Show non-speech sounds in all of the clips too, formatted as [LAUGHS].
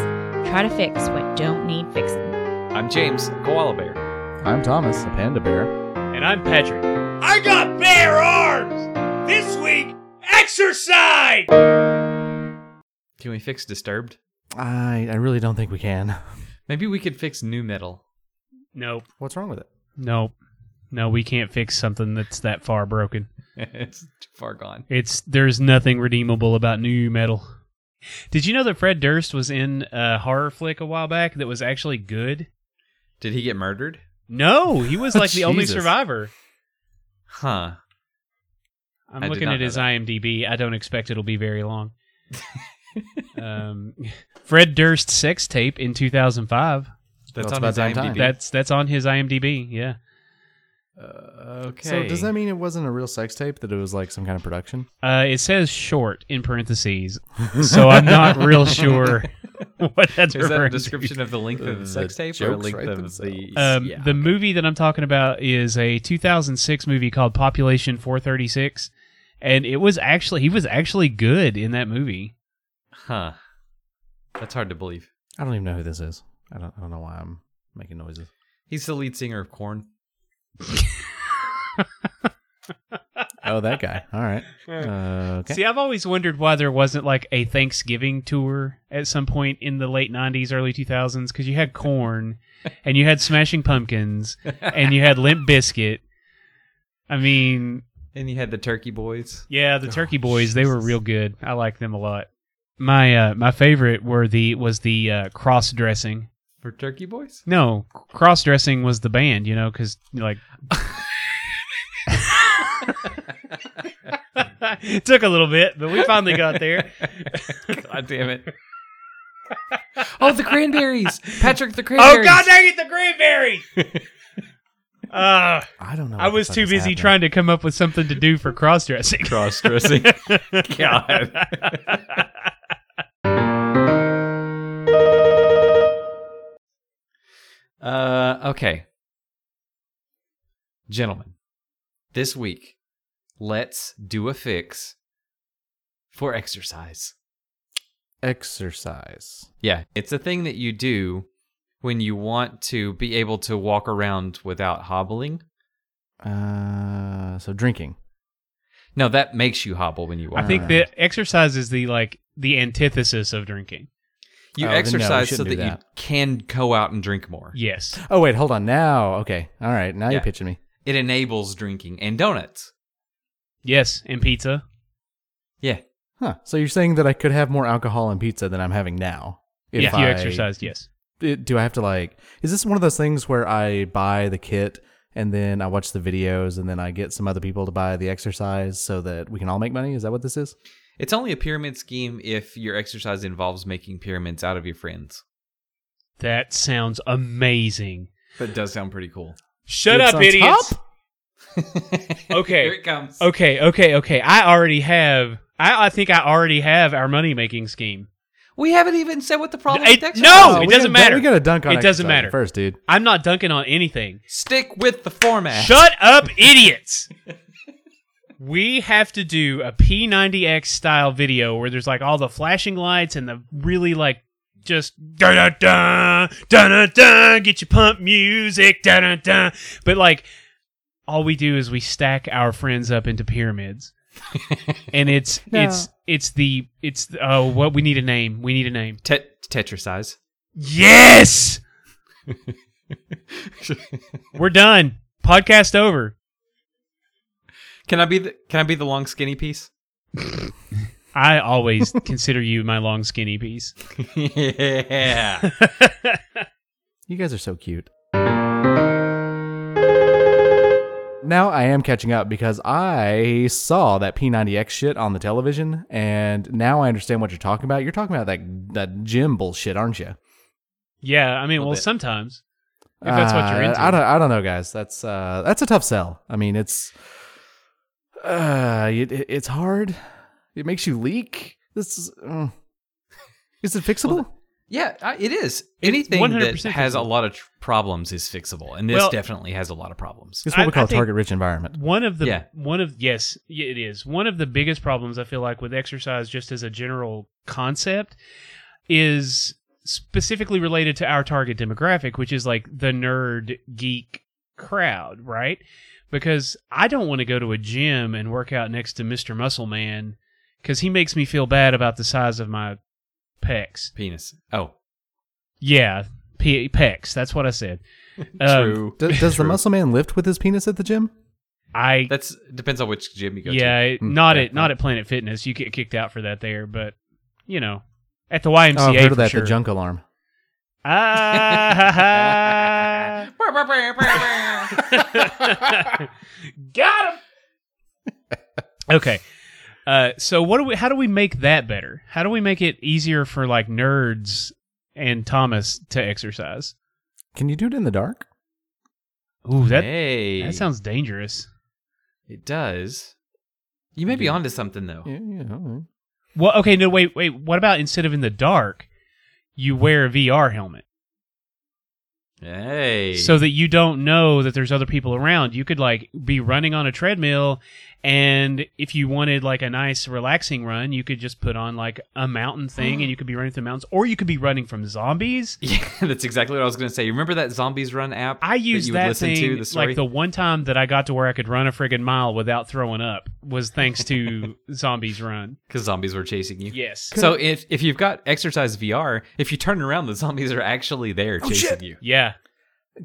to fix what don't need fixing. I'm James, Koala Bear. I'm Thomas, a panda bear. And I'm Patrick. I got bare arms! This week, exercise! Can we fix Disturbed? I, I really don't think we can. Maybe we could fix new metal. [LAUGHS] Nope. What's wrong with it? Nope. No, we can't fix something that's that far broken. it's too far gone. It's there's nothing redeemable about new metal. Did you know that Fred Durst was in a horror flick a while back that was actually good? Did he get murdered? No, he was like the only Jesus. survivor. Huh. I'm I did looking not at know his that. IMDb. I don't expect it'll be very long. um, Fred Durst sex tape in 2005. That's Well, on it's about his damn time. IMDb. That's that's on his IMDb. Yeah. Uh, okay. So does that mean it wasn't a real sex tape? That it was like some kind of production? Uh, it says short in parentheses, so I'm not real sure what [LAUGHS] that's Is that a referring description of the length of the sex tape or jokes length write of the? themselves. to. Um, yeah. the movie that I'm talking about is a 2006 movie called Population 436, and it was actually he was actually good in that movie. Huh. That's hard to believe. I don't even know who this is. I don't, I don't know why I'm making noises. He's the lead singer of Corn. Oh, that [LAUGHS] guy. All right. Uh, okay. See, I've always wondered why there wasn't like a Thanksgiving tour at some point in the late 90s, early 2000s, because you had Corn, and you had Smashing Pumpkins, and you had Limp Biscuit. I mean, And you had the Turkey Boys. Yeah, the Oh, Turkey Boys, they were Jesus. real good. I like them a lot. My uh, my favorite were the was the uh, cross dressing. For Turkey Boys? No, cross dressing was the band, you know, because like [LAUGHS] it took a little bit, but we finally got there. [LAUGHS] God damn it. [LAUGHS] oh, the Cranberries! Patrick the Cranberries! Oh, god dang it, the Greenberry! [LAUGHS] Uh, I don't know. I was too busy trying to come up with something to do for cross dressing. Cross [LAUGHS] dressing. God. uh, okay. Gentlemen, this week, let's do a fix for exercise. exercise. Yeah, it's a thing that you do when you want to be able to walk around without hobbling. Uh, so drinking. No, that makes you hobble when you walk. I think Wow. that exercise is the like the antithesis of drinking. You Oh, then no, we exercise so that, shouldn't do you can go out and drink more. Yes. Oh wait, hold on. Now, okay. All right. Now Yeah. you're pitching me. It enables drinking and donuts. Yes, and pizza. Yeah. Huh. So you're saying that I could have more alcohol and pizza than I'm having now if if you I- exercised, yes. it- do I have to like? Is this one of those things where I buy the kit and then I watch the videos and then I get some other people to buy the exercise so that we can all make money? Is that what this is? It's only a pyramid scheme if your exercise involves making pyramids out of your friends. That sounds amazing. That does sound pretty cool. Shut It's up, on idiots. top? Oh, Okay. Here it comes. Okay, okay, okay. I already have. I, I think I already have our money making scheme. We haven't even said what the problem Oh, It- with exercise no! is. we doesn't gotta- matter. We got to dunk on It doesn't exercise matter. first, dude. I'm not dunking on anything. Stick with the [LAUGHS] format. Shut up, idiots. [LAUGHS] We have to do a P90X style video where there's like all the flashing lights and the really like just da da da da da da get your pump music da da da. But like all we do is we stack our friends up into [LAUGHS] pyramids, and it's it's it's the it's the- oh what we need a name we need a name Te- tetrasize. [LAUGHS] yes we're done podcast over Can I be the Can I be the long skinny piece? I always [LAUGHS] consider you my long skinny piece. yeah. You guys are so cute. Now I am catching up because I saw that P90X shit on the television, and now I understand what you're talking about. You're talking about that that gym bullshit, aren't you? [LAUGHS] yeah, I mean, Little well, bit. sometimes if that's what you're Uh, into. I don't. I don't know, guys. That's uh, that's a tough sell. I mean, it's uh, it, it- it's hard. It makes you leak. This is. mm. Is it fixable? Yeah, I- it is. Anything that 100% has a fixable. lot of tr- problems is fixable, and this Well- definitely has a lot of problems. it's what I- we call I a think- target-rich [LAUGHS] environment. one of the Yeah. one of yes, y- it is one of the biggest problems I feel like with exercise, just as a general concept, is specifically related to our target demographic, which is like the nerd geek crowd, right? Because I don't want to go to a gym and work out next to Mr. Muscle Man because he makes me feel bad about the size of my pecs. Penis. Oh, Yeah, pe pecs. That's what [LAUGHS] I said. Um, true. Do- does the True. muscle man lift with his penis at the gym? I That's depends on which gym you go yeah, [LAUGHS] to. it- Mm, not yeah, at not at Planet Fitness. You get kicked out for that there, but you know, at the YMCA oh, I've heard for of that. sure. The junk alarm. Ah, [LAUGHS] got him. [LAUGHS] Okay. Uh, so what do we? How do we make that better? How do we make it easier for like nerds and Thomas to exercise? Can you do it in the dark? Ooh, that hey, that sounds dangerous. It does. You may be onto something though. Yeah, yeah. all right. Well, okay, no, wait, wait. What about instead of in the dark, you wear a VR helmet? Hey. so that you don't know that there's other people around. You could like be running on a treadmill, and if you wanted like a nice relaxing run, you could just put on like a [GASPS] mountain thing, and you could be running through mountains, or you could be running from zombies. yeah, [LAUGHS] that's exactly what I was going to say. You remember that Zombies Run app? I used you that, would listen thing to the story. like the one time that I got to where I could run a friggin' mile without throwing up was [LAUGHS] thanks to zombies run. because zombies were chasing you. Yes. So if if you've got exercise VR, if you turn around, the zombies are actually there Oh, chasing you. yeah.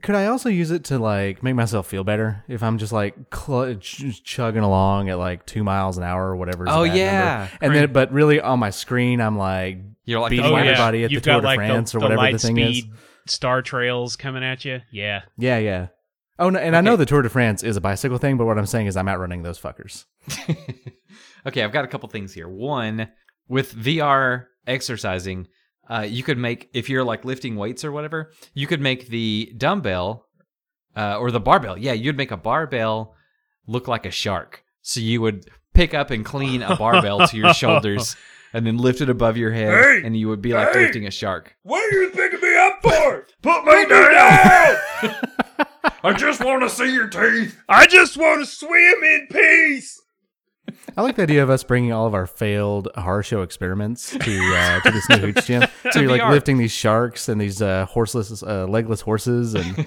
Could I also use it to like make myself feel better if I'm just like cl- ch- chugging along at like two miles an hour or whatever? is Oh, that number? yeah. and then but really on my screen I'm like You're like, Beating the Oh, flash- everybody yeah. at the You've Tour got de like France the, or whatever light the thing is. speed star trails coming at you. Yeah. yeah yeah. Oh no, and I Okay. know the Tour de France is a bicycle thing, but what I'm saying is I'm outrunning those fuckers. [LAUGHS] okay, I've got a couple things here. One, with VR exercising, uh, you could make if you're like lifting weights or whatever, you could make the dumbbell uh, or the barbell. Yeah, you'd make a barbell look like a shark. So you would pick up and clean a barbell to your [LAUGHS] shoulders, and then lift it above your head, Hey! and you would be like Hey! lifting a shark. [LAUGHS] What are you picking me up for? Put me down! [LAUGHS] I just want to see your teeth. I just want to swim in peace. I like the idea of us bringing all of our failed horror show experiments to uh, to this new hooch gym. So you're like VR. lifting these sharks and these uh, horseless, uh, legless horses, [LAUGHS] and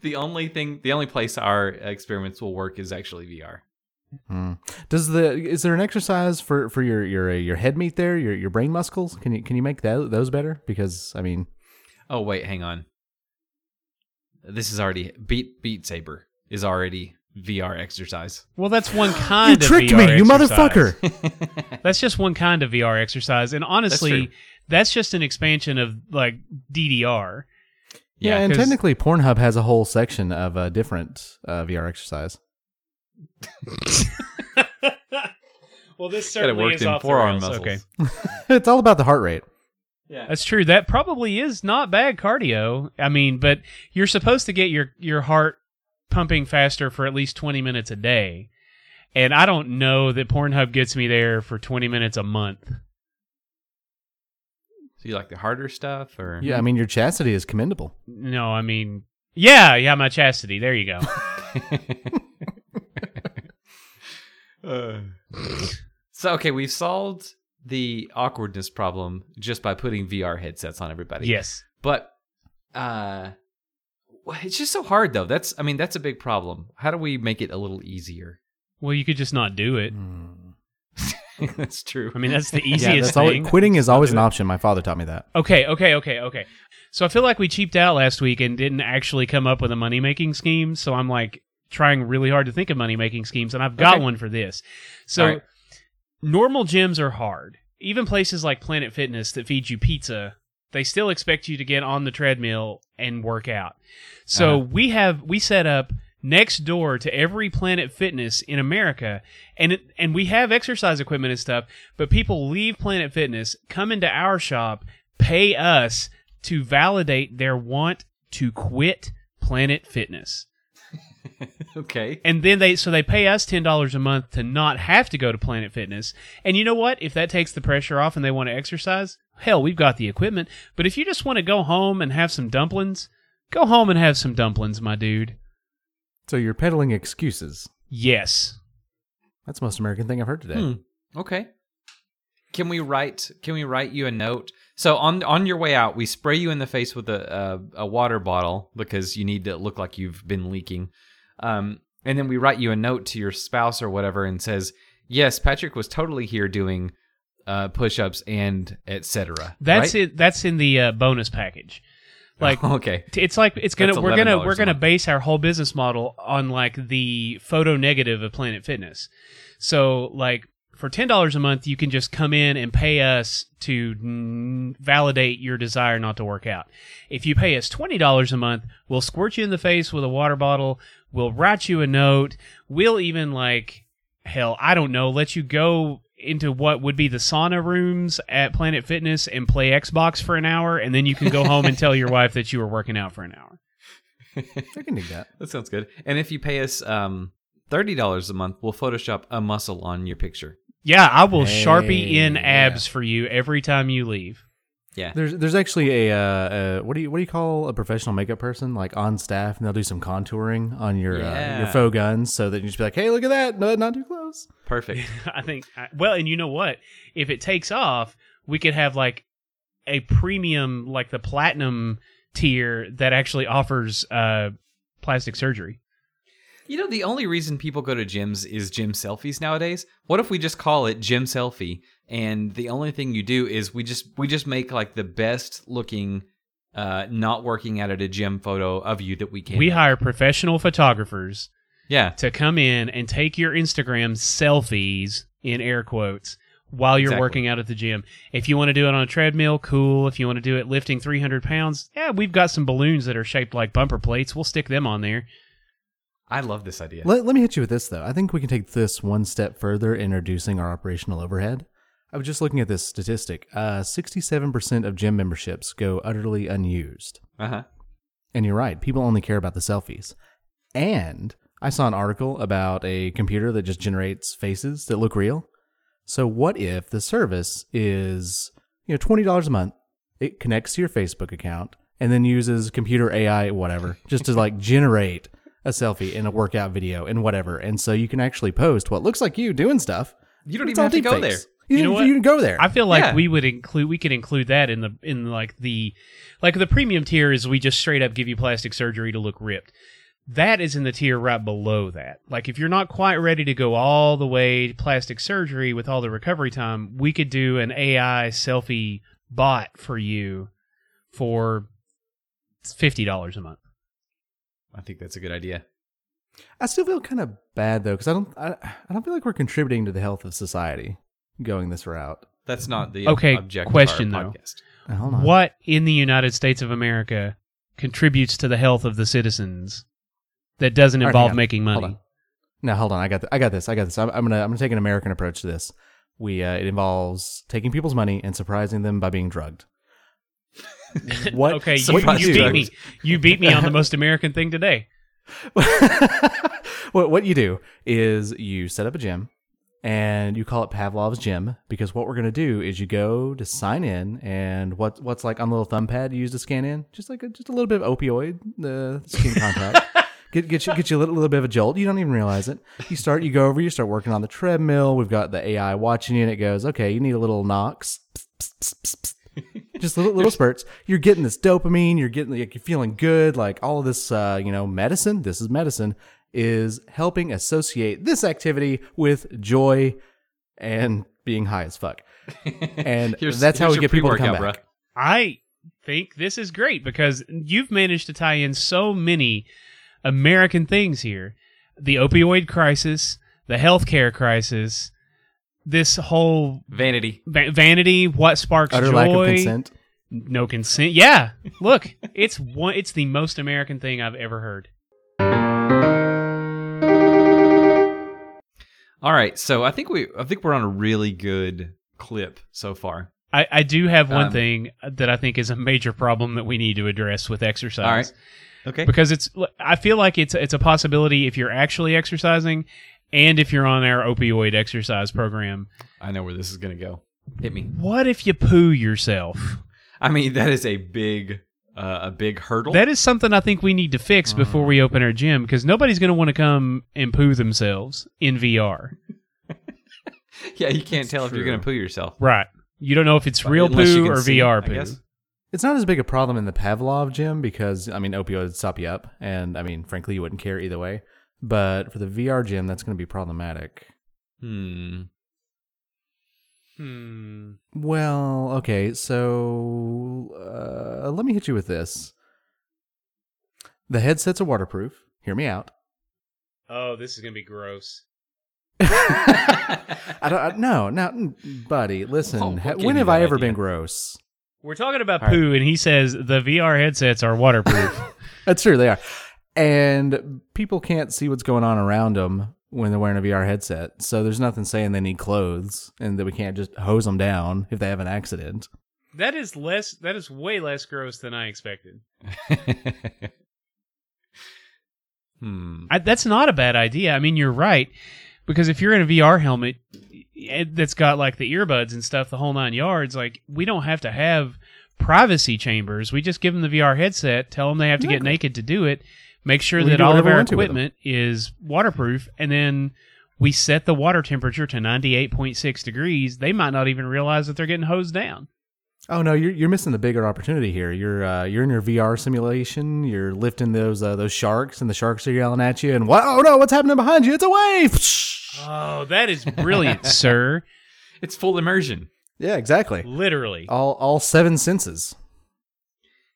The only thing, the only place our experiments will work is actually VR. Hmm. does the is there an exercise for for your your uh, your head meat there, your your brain muscles? Can you can you make that, those better? Because I mean, Oh wait, hang on. This is already Beat Beat Saber is already VR exercise. Well, that's [GASPS] one kind of VR exercise. That's just one kind of VR exercise, and honestly, true. that's, just an expansion of like DDR. Yeah, and 'cause- technically, Pornhub has a whole section of uh, different uh, VR exercise. [LAUGHS] [LAUGHS] Well, this Gotta work in forearm muscles. Okay, it's all about the heart rate. that's true. That probably is not bad cardio. I mean, but you're supposed to get your your heart pumping faster for at least 20 minutes a day, and I don't know that Pornhub gets me there for 20 minutes a month. So you like the harder stuff, or Yeah, I mean, your chastity is commendable. No, I mean, yeah, yeah, my chastity. There you go. [LAUGHS] Uh. so okay, we've solved the awkwardness problem just by putting VR headsets on everybody. yes. but uh, wh- it's just so hard though. That's I mean that's a big problem. How do we make it a little easier? Well, you could just not do it. Mm. that's true. I mean, [LAUGHS] that's the Yeah, easiest that's always, thing. quitting is always an option. My father taught me that. Okay, okay, okay, okay. So I feel like we cheaped out last week and didn't actually come up with a money making scheme. So I'm like trying really hard to think of money making schemes, and I've got Okay. one for this. So All right. normal gyms are hard. Even places like Planet Fitness that feed you pizza, they still expect you to get on the treadmill and work out. So we have we set up next door to every Planet Fitness in America, and it, and we have exercise equipment and stuff. But people leave Planet Fitness, come into our shop, pay us to validate their want to quit Planet Fitness. [LAUGHS] okay. And then they so they pay us ten dollars a month to not have to go to Planet Fitness. And you know what? If that takes the pressure off and they want to exercise, hell, we've got the equipment. But if you just want to go home and have some dumplings, go home and have some dumplings, my dude. So you're peddling excuses. Yes. That's the most American thing I've heard today. Hmm. Okay. Hmm. Can we write? Can we write you a note? So on on your way out, we spray you in the face with a a, a water bottle because you need to look like you've been leaking. Um, and then we write you a note to your spouse or whatever and says, "Yes, Patrick was totally here doing uh, push-ups and etc." That's it. That's in the uh, bonus package. [LAUGHS] Like okay, T- it's like it's gonna That's we're gonna $11 we're a gonna month. base our whole business model on like the photo negative of planet fitness so like for $10 a month you can just come in and pay us to mm, validate your desire not to work out if you pay us $20 a month we'll squirt you in the face with a water bottle we'll write you a note we'll even like hell i don't know let you go into what would be the sauna rooms at planet fitness and play xbox for an hour and then you can go home and tell your wife that you were working out for an hour I can do that. that sounds good. And if you pay us um, thirty dollars a month, we'll Photoshop a muscle on your picture. Yeah, I will Hey, sharpie in yeah. abs for you every time you leave. [LAUGHS] Yeah, There's there's actually a, uh, uh what do you what do you call a professional makeup person like on staff and they'll do some contouring on your uh, your Yeah. faux guns so that you just be like hey look at that no, not too close perfect. I think. I- Well, and you know what? If it takes off, we could have like a premium, like the platinum tier that actually offers uh plastic surgery. You know, the only reason people go to gyms is gym selfies nowadays. What if we just call it gym selfie? And the only thing you do is we just we just make like the best looking, uh, not working out at a gym photo of you that we can. We make. hire professional photographers yeah, to come in and take your Instagram selfies in air quotes while you're Exactly. working out at the gym. If you want to do it on a treadmill, cool. If you want to do it lifting 300 pounds, yeah, we've got some balloons that are shaped like bumper plates. We'll stick them on there. I love this idea. let, let me hit you with this though I think we can take this one step further in reducing our operational overhead I was just looking at this statistic uh 67 percent of gym memberships go utterly unused Uh huh. And you're right, people only care about the selfies. And I saw an article about a computer that just generates faces that look real. So what if the service is, you know, $20 a month. It connects to your Facebook account and then uses computer AI whatever just to like generate a selfie and a workout video and whatever. And so you can actually post what looks like you doing stuff. You don't It's even all have to go deepfakes. there. You, You know know what? you can go there. I feel like Yeah. we would include we could include that in the in like the like the premium tier is we just straight up give you plastic surgery to look ripped. That is in the tier right below that. Like if you're not quite ready to go all the way to plastic surgery with all the recovery time, we could do an AI selfie bot for you for fifty dollars a month. I think that's a good idea. I still feel kind of bad though because I don't I, I don't feel like we're contributing to the health of society going this route. That's not the Okay, objective of question, our though. podcast. Uh, Hold on. What in the United States of America contributes to the health of the citizens that doesn't All right, involve hang on. making money? Hold on. No, hold on. I got th- I got this. I got this. I'm, I'm gonna I'm gonna take an American approach to this. We uh, it involves taking people's money and surprising them by being [LAUGHS] drugged. What? Okay, you, Surprise you beat drugs. me. You beat me on the most American thing today. [LAUGHS] what what you do is you set up a gym and you call it Pavlov's gym because what we're gonna do is you go to sign in and what what's like on the little thumb pad you use to scan in just like a, just a little bit of opioid uh, skin contact. Get, get you get you a little, little bit of a jolt. You don't even realize it. You start, you go over, you start working on the treadmill. We've got the AI watching you, and it goes, okay, you need a little knocks, Psst, psst, psst, psst, psst. just little little spurts. You're getting this dopamine. You're getting like, you're feeling good. Like all of this, uh, you know, medicine. This is medicine is helping associate this activity with joy and being high [LAUGHS] as fuck. And Here's- that's how here's your we get people to come pre-workout, back. bruh. I think this is great because you've managed to tie in so many American things here: the opioid crisis, the healthcare crisis, this whole Vanity. va- vanity, what sparks Utter joy, lack of consent. no consent. Yeah, look, it's one. It's the most American thing I've ever heard. All right, so I think we I think we're on a really good clip so far. I, I do have one Um, thing that I think is a major problem that we need to address with exercise. All right. Okay. because it's I feel like it's it's a possibility if you're actually exercising and if you're on our opioid exercise program. I know where this is going to go. Hit me. What if you poo yourself? I mean, that is a big uh, a big hurdle. That is something I think we need to fix before we open our gym because nobody's going to want to come and poo themselves in VR. [LAUGHS] yeah, you can't That's tell if you're going to true. poo yourself. Right. You don't know if it's real Unless you poo can or see, VR I poo. guess. It's not as big a problem in the Pavlov gym because I mean opioids stop you up, and I mean frankly you wouldn't care either way. But for the VR gym, that's going to be problematic. Hmm. Hmm. Well, okay, so uh, let me hit you with this. The headsets are waterproof. Hear me out. [LAUGHS] Oh, this is gonna be gross. I don't I, no, no, buddy. Listen, Oh, Well, ha- what gave when you have I that ever idea? been gross? We're talking about All right. poo, and he says the VR headsets are waterproof. That's true. They are, and people can't see what's going on around them when they're wearing a VR headset. So there's nothing saying they need clothes and that we can't just hose them down if they have an accident. [LAUGHS] that is less. That is way less gross than I expected. [LAUGHS] hmm. I, that's not a bad idea. I mean, you're right because if you're in a VR helmet eh, that's got like the earbuds and stuff, the whole nine yards, like we don't have to have privacy chambers. We just give them the VR headset, tell them they have to get naked to do it, make sure We that do all of whatever we our want to with them. equipment is waterproof, and then we set the water temperature to 98.6 degrees. They might not even realize that they're getting hosed down. Oh no, you're you're missing the bigger opportunity here. You're uh, you're in your VR simulation. You're lifting those uh, those sharks, and the sharks are yelling at you. And what? Oh no, what's happening behind you? It's a wave. [LAUGHS] Oh, that is [LAUGHS] brilliant, sir. It's full immersion. yeah, exactly. Literally. All all seven senses.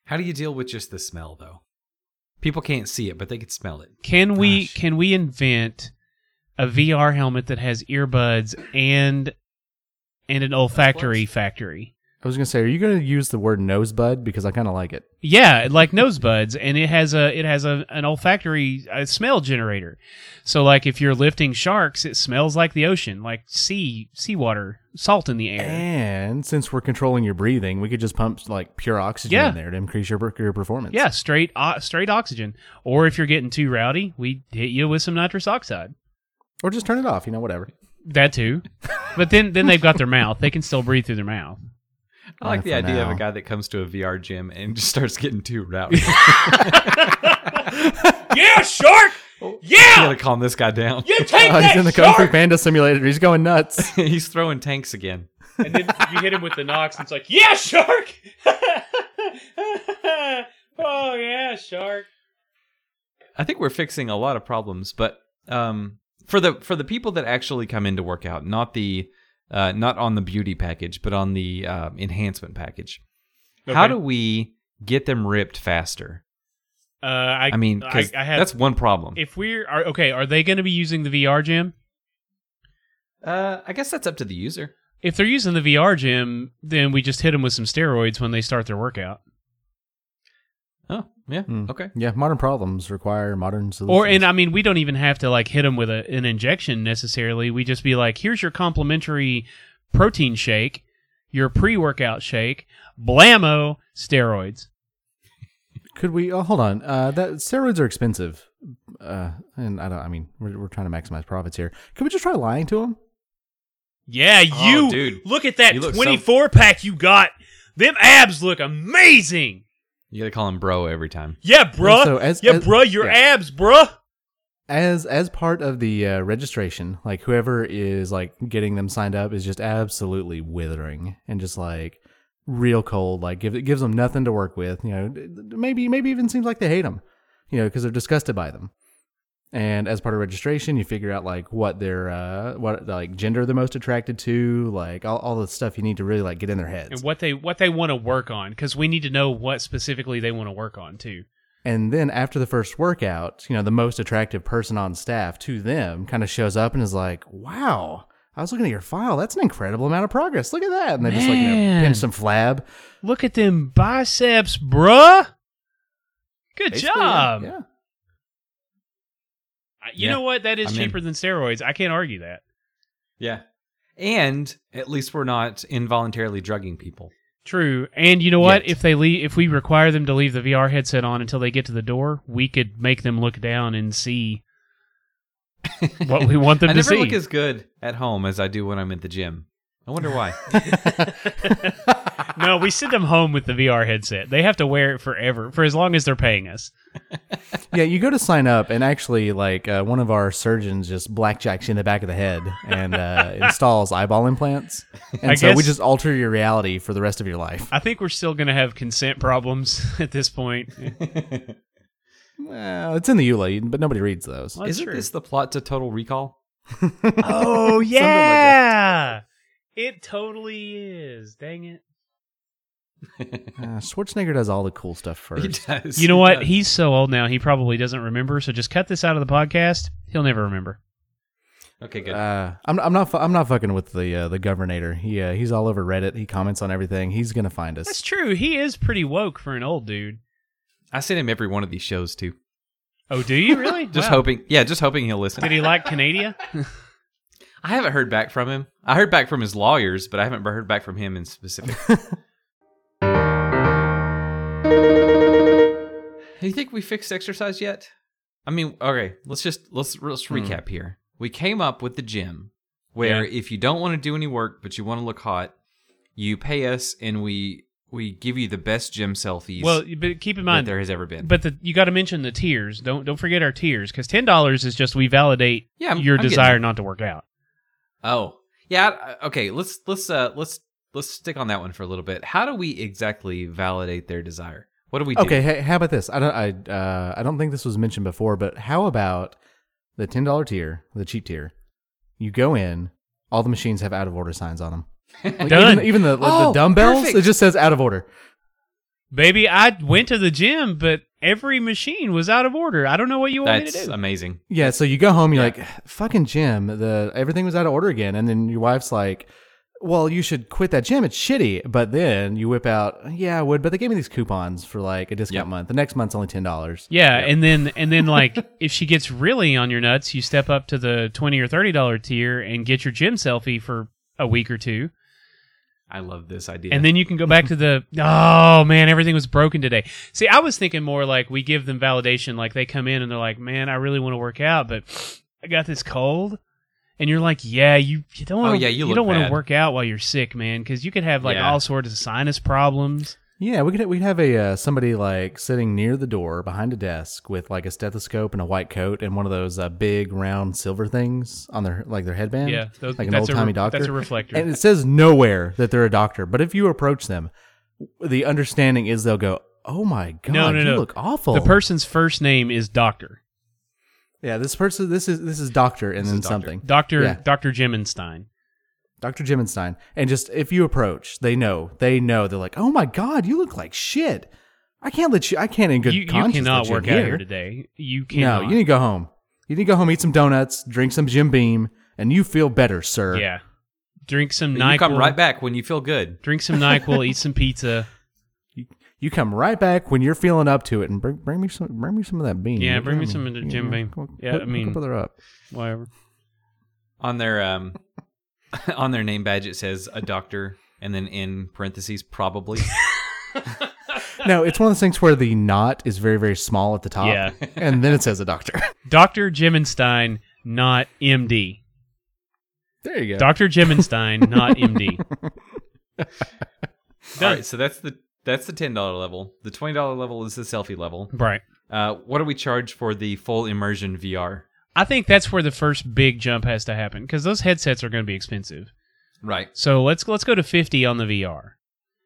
How do you deal with just the smell though? People can't see it, but they can smell it. Can we Gosh. can we invent a VR helmet that has earbuds and and an olfactory factory? I was gonna say, are you gonna use the word nosebud because I kind of like it. Yeah, like nosebuds, and it has a it has a an olfactory uh, smell generator. So like if you're lifting sharks, it smells like the ocean, like sea seawater, salt in the air. And since we're controlling your breathing, we could just pump like pure oxygen Yeah. in there to increase your your performance. Yeah, straight o- straight oxygen. Or if you're getting too rowdy, we hit you with some nitrous oxide. Or just turn it off. You know, whatever. That too. But then then they've got their mouth. They can still breathe through their mouth. I like the Fine for idea of a now. guy that comes to a VR gym and [LAUGHS] just starts getting too [LAUGHS] rowdy. Yeah, shark! I Yeah! gotta calm this guy down. You take Uh, Oh, he's that, in the Kung Fu shark! Panda simulator. He's going nuts. [LAUGHS] [LAUGHS] He's throwing tanks again. And then you hit him with the knocks and it's like, Yeah, shark! [LAUGHS] Oh yeah, shark. I think we're fixing a lot of problems, but um, for the for the people that actually come in to work out, not the uh, not on the beauty package, but on the uh, enhancement package. How Okay. do we get them ripped faster? Uh, I, I, mean, I, 'cause I have. that's one problem. if we're are, okay, are they going to be using the VR gym? uh, I guess that's up to the user. If they're using the VR gym, then we just hit them with some steroids when they start their workout. Oh, yeah. Hmm. Okay. Yeah, modern problems require modern solutions. Or and I mean, we don't even have to like hit them with a, an injection necessarily. We just be like, here's your complimentary protein shake, your pre-workout shake, blammo steroids. could we? Oh, hold on. Uh, that steroids are expensive, uh, and I don't. I mean, we're, we're trying to maximize profits here. Could we just try lying to them? Yeah, Oh, you. dude. Look at that You look so- 24 pack you got. Them abs look amazing. You gotta call him bro every time. Yeah, bruh. Also, as- yeah, as- bruh, your yeah. abs, bruh. As as part of the uh, registration, like whoever is like getting them signed up is just absolutely withering and just like real cold. Like give, it gives them nothing to work with. You know, d- d- maybe maybe even seems like they hate them. You know, because they're disgusted by them. And as part of registration, you figure out like what their uh, what like gender they're most attracted to, like all, all the stuff you need to really like get in their heads. and what they what they want to work on because we need to know what specifically they want to work on too. And then after the first workout, you know, the most attractive person on staff to them kind of shows up and is like, wow, I was looking at your file. That's an incredible amount of progress. Look at that. And they just like, you know, Man. pinch some flab. Look at them biceps, bruh. Good Basically, job. Yeah. I- You Yeah. know what? That is I'm in. cheaper than steroids. I can't argue that. Yeah. And at least we're not involuntarily drugging people. True. And you know what? Yet. If they leave, if we require them to leave the VR headset on until they get to the door, we could make them look down [LAUGHS] and see what we want them I to never see. look as good at home as I do when I'm at the gym. I wonder why. no, we send them home with the VR headset. They have to wear it forever, for as long as they're paying us. yeah, you go to sign up, and actually, like uh, one of our surgeons just blackjacks you in the back of the head and uh, installs eyeball implants, and I so we guess- just alter your reality for the rest of your life. I think we're still going to have consent problems [LAUGHS] at this point. Well, it's in the E EULA, but nobody reads those. Well, Isn't true. this the plot to Total Recall? [LAUGHS] Oh yeah, it totally is. Dang it! Uh, Schwarzenegger does all the cool stuff He first. does. You know he what? does. He's so old now, he probably doesn't remember. So just cut this out of the podcast. He'll never remember. okay, good. Uh, I'm, I'm not. fu- I'm not fucking with the uh, the governor. He uh, he's all over Reddit. He comments on everything. He's gonna find us. That's true. He is pretty woke for an old dude. I send him every one of these shows too. Oh, do you [LAUGHS] really? Just Wow. hoping, yeah, just hoping he'll listen. [LAUGHS] Did he like Canada? I haven't heard back from him. I heard back from his lawyers, but I haven't heard back from him in [LAUGHS] specific. Do you think we fixed exercise yet? I mean, okay, let's just let's let's Hmm. recap here. We came up with the gym where if you don't want to do any work but you want to look hot, you pay us and we we give you the best gym selfies well, but keep in that mind. there has ever been. But the, you got to mention the tiers. Don't don't forget our tiers because ten dollars is just we validate yeah, I'm- your I'm getting desire not to work out. Oh, yeah. I- Okay. Let's let's uh let's let's stick on that one for a little bit. How do we exactly validate their desire? What do we do? Okay, hey, how about this? I don't. I uh, I don't think this was mentioned before, but how about the ten dollar tier, the cheap tier? You go in. All the machines have out of order [LAUGHS] signs on them. Like, Done. Even, even the, like, Oh, the dumbbells, perfect. it just says out of order. Baby, I went to the gym, but every machine was out of order. I don't know what you want me That's to do. amazing. Yeah, so you go home, you're like, fucking gym, the everything was out of order again, and then your wife's like, well, you should quit that gym. It's shitty. But then you whip out, yeah, I would. But they gave me these coupons for like a discount Yep. month. The next month's only ten dollars. Yeah, and then and then like if she gets really on your nuts, you step up to the twenty or thirty dollar tier and get your gym selfie for a week or two, I love this idea. and then you can go back to the oh man, everything was broken today. See, I was thinking more like we give them validation, like they come in and they're like, man, I really want to work out, but I got this cold. And you're like, yeah, you, you don't want Oh, yeah, you look don't want to bad. work out while you're sick, man, because you could have like Yeah. all sorts of sinus problems. Yeah, we could we'd have a uh, somebody like sitting near the door behind a desk with like a stethoscope and a white coat and one of those uh, big round silver things on their like their headband. Yeah, those- like an old that's a timey re- doctor. that's a reflector. And it says nowhere that they're a doctor, but if you approach them, the understanding is they'll go, "Oh my god, No, no, you no. look awful." The person's first name is Doctor. yeah, this person, this is this is doctor and This then is doctor. something, Doctor Yeah. Doctor Jimenstein. Doctor Jimenstein, and just if you approach, they know, they know, they're like, "Oh my god, you look like shit." I can't let you. I can't in good You, you conscience let cannot you in work out here here today. You No, cannot. you need to go home. You need to go home, eat some donuts, drink some Jim Beam, and you feel better, sir. Yeah. Drink some But Nyquil. you come right back when you feel good. Drink [LAUGHS] some Nyquil. eat some pizza. You come right back when you're feeling up to it, and bring, bring me some, bring me some of that beam. Yeah, You bring know me what I some mean? of the You Jim know, Beam. hook- Yeah, hook- I hook mean- a brother up. Whatever. On their um [LAUGHS] on their name badge it says a doctor and then in parentheses [LAUGHS] probably. No, it's one of those things where the knot is very, very small at the top. [LAUGHS] Yeah. and then it says a doctor. [LAUGHS] Doctor Jimenstein, not MD. there you go. Doctor Jimenstein, [LAUGHS] not MD. All right, so that's the that's the ten dollar level. The twenty dollar level is the selfie level. Right. Uh, what do we charge for the full immersion VR? I think that's where the first big jump has to happen because those headsets are going to be expensive. Right. So let's let's go to fifty on the VR.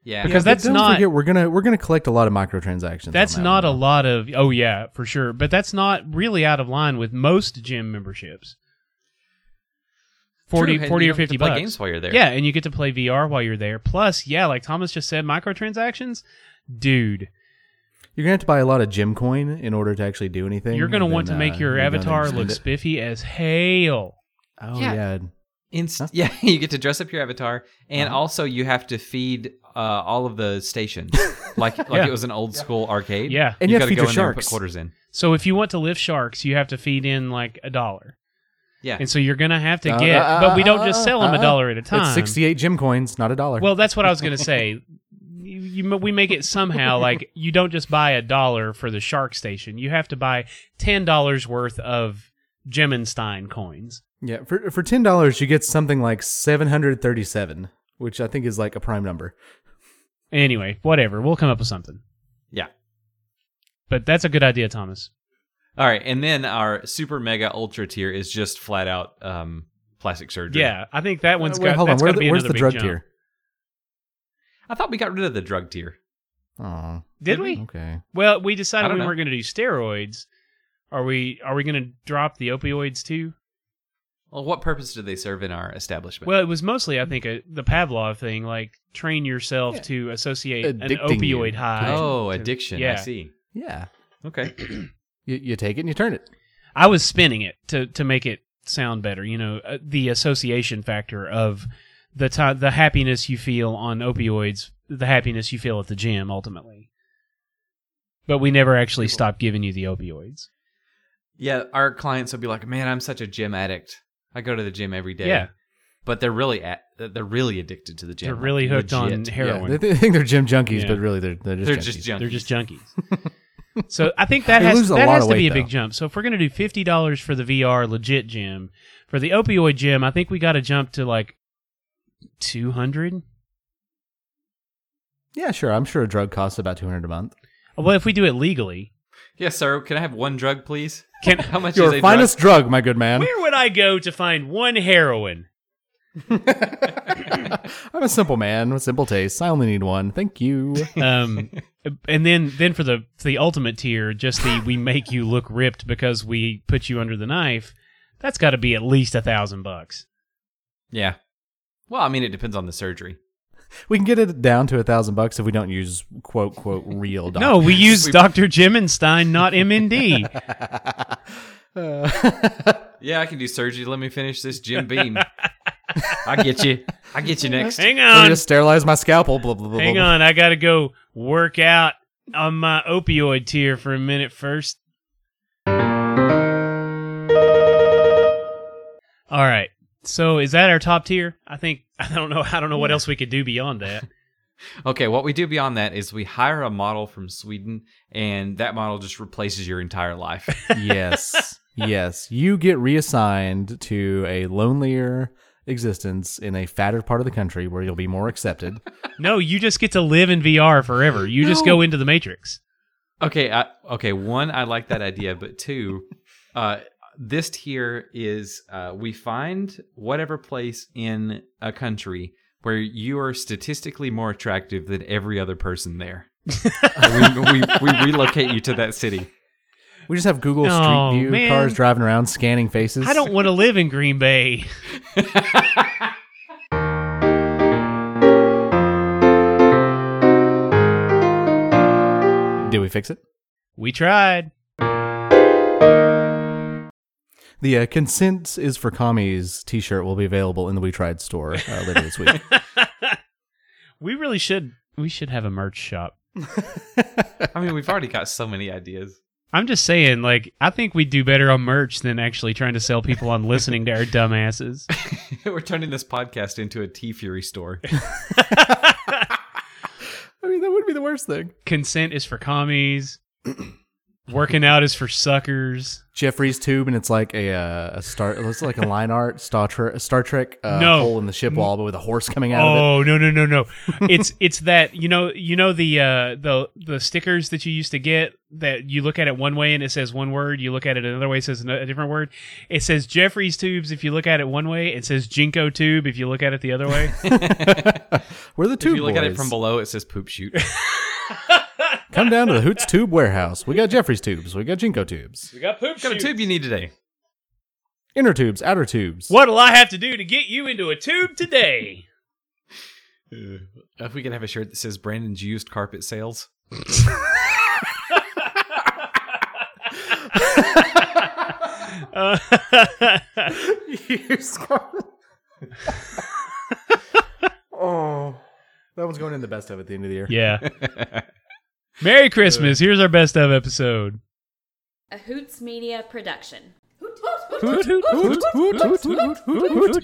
Yeah. Because But that's don't not- forget, we're gonna we're gonna collect a lot of microtransactions. on That's that not a one. lot of. Oh yeah, for sure. But that's not really out of line with most gym memberships. 40, True, and 40 you or don't get to 50 play bucks. games while you're there. Yeah, and you get to play VR while you're there. Plus, yeah, like Thomas just said, microtransactions, dude, You're gonna have to buy a lot of gym coin in order to actually do anything. you're gonna and want then, to make uh, your you're gonna avatar spend look it. spiffy as hell. Oh Yeah. yeah. Inst- Huh? [LAUGHS] Uh-huh. Yeah, you get to dress up your avatar, and also you have to feed uh, all of the [LAUGHS] stations, like like Yeah. it was an old school arcade. Yeah. And you you, have got to to go in feed your there and put sharks. quarters in. So if you want to lift sharks, you have to feed in like a dollar, Yeah, and so you're gonna have to Uh, get. uh, but we uh, don't just uh, sell them uh, a dollar at a time. It's 68 gym coins, not a dollar. Well, that's what I was gonna say. You, you, we make it [LAUGHS] somehow like you don't just buy a dollar for the shark station. You have to buy ten dollars worth of Gemenstein coins. Yeah, for for ten dollars you get something like seven hundred thirty seven, which I think is like a prime number. Anyway, whatever. We'll come up with something. Yeah. But that's a good idea, Thomas. All right, and then our super mega ultra tier is just flat out um, plastic surgery. Yeah, I think that one's Uh, Wait, got. hold on. that's Where gotta the- be where's another the big drug jump. tier? I thought we got rid of the drug tier. Oh, Did we? okay. Well, we I decided don't we know. weren't going to do steroids. Are we? Are we going to drop the opioids too? Well, what purpose do they serve in our establishment? Well, it was mostly, I think, a, the Pavlov thing, like train yourself Yeah. to associate an Addicting you opioid to high. oh, to- addiction. I Yeah. see. Yeah. Okay. You, you take it and you turn it. I was spinning it to to make it sound better. You know, uh, the association factor of the ti the happiness you feel on opioids, the happiness you feel at the gym, ultimately. But we never actually stopped giving you the opioids. Yeah, our clients will be like, "Man, I'm such a gym addict. I go to the gym every day." Yeah. But they're really at, they're really addicted to the gym. They're like, really hooked on legit. heroin. Yeah, they, they think they're gym junkies, Yeah. but really they're they're just They're junkies. just junkies. They're just junkies. [LAUGHS] so I think that They has lose a that lot has of to be a weight, big though. jump. So if we're gonna do fifty dollars for the VR legit gym, for the opioid gym, I think we got to jump to like two hundred. yeah, sure. I'm sure a drug costs about two hundred a month. Well, if we do it legally, Yes, sir. Can I have one drug, please? [LAUGHS] Can- how much is Your a finest drug? my good man. where would I go to find one heroin? [LAUGHS] I'm a simple man with simple tastes. I only need one. Thank you. Um, and then then for the for the ultimate tier, just the we make you look ripped because we put you under the knife. That's got to be at least a thousand bucks. drug? Yeah. Well, I mean, it depends on the surgery. we can get it down to a thousand bucks if we don't use quote quote real doctors. [LAUGHS] No, we use We- Dr. Jimenstein, not MND. Uh, Yeah, I can do surgery. Let me finish this Jim [LAUGHS] Beam. I get you. I get you next. Hang let me on. just sterilize my scalpel. Blah blah blah. Hang blah. on, I gotta go work out on my opioid tier for a minute first. All right. So is that our top tier? I think [LAUGHS] I don't know. I don't know what else we could do beyond that. Okay, what we do beyond that is we hire a model from Sweden, and that model just replaces your entire life. yes, yes. You get reassigned to a lonelier existence in a fatter part of the country where you'll be more accepted. No, you just get to live in VR forever. You just No. go into the matrix. okay, I, okay. One, I like that idea, but two, uh, this tier is uh, we find whatever place in a country where you are statistically more attractive than every other person there. we, we, we relocate you to that city. We just have [LAUGHS] Google No, Street View Oh, man. cars driving around scanning faces. I don't want to live in Green Bay. [LAUGHS] Did we fix it? We tried. The uh, consent is for commies T-shirt will be available in the We Tried store uh, later this week. We really should. We should have a merch shop. I mean, we've already got so many ideas. [LAUGHS] I'm just saying, like, I think we do better on merch than actually trying to sell people on listening to our dumbasses. We're turning this podcast into a T Fury store. I mean, that would be the worst thing. Consent is for [CLEARS THROAT] commies. Working out is for suckers. Jeffrey's tube, and it's like a uh, a star. It looks like a line art Star Trek Star Trek uh, No. hole in the ship wall, but with a horse coming out of it. Oh no no no no! It's [LAUGHS] it's that you know you know the uh, the the stickers that you used to get that you look at it one way and it says one word. You look at it another way, it says ano- a different word. It says Jeffrey's tubes if you look at it one way. It says Jinko tube if you look at it the other way. We're the if tube you look boys. at it from below, it says poop shoot. Come down to the Hoots Tube Warehouse. We got Jeffrey's tubes. We got Jinko tubes. [LAUGHS] we got poop what kind of tube you need today? Inner tubes. Outer tubes. What'll I have to do to get you into a tube [LAUGHS] today? If we could have a shirt that says Brandon's used carpet sales. Uh, [LAUGHS] oh, that one's going in the best of at the end of the year. yeah. Merry Christmas. Here's our best of episode. A Hoots Media production. Hoot, hoot, hoot, hoot, hoot, hoot,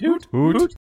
hoot, hoot, hoot.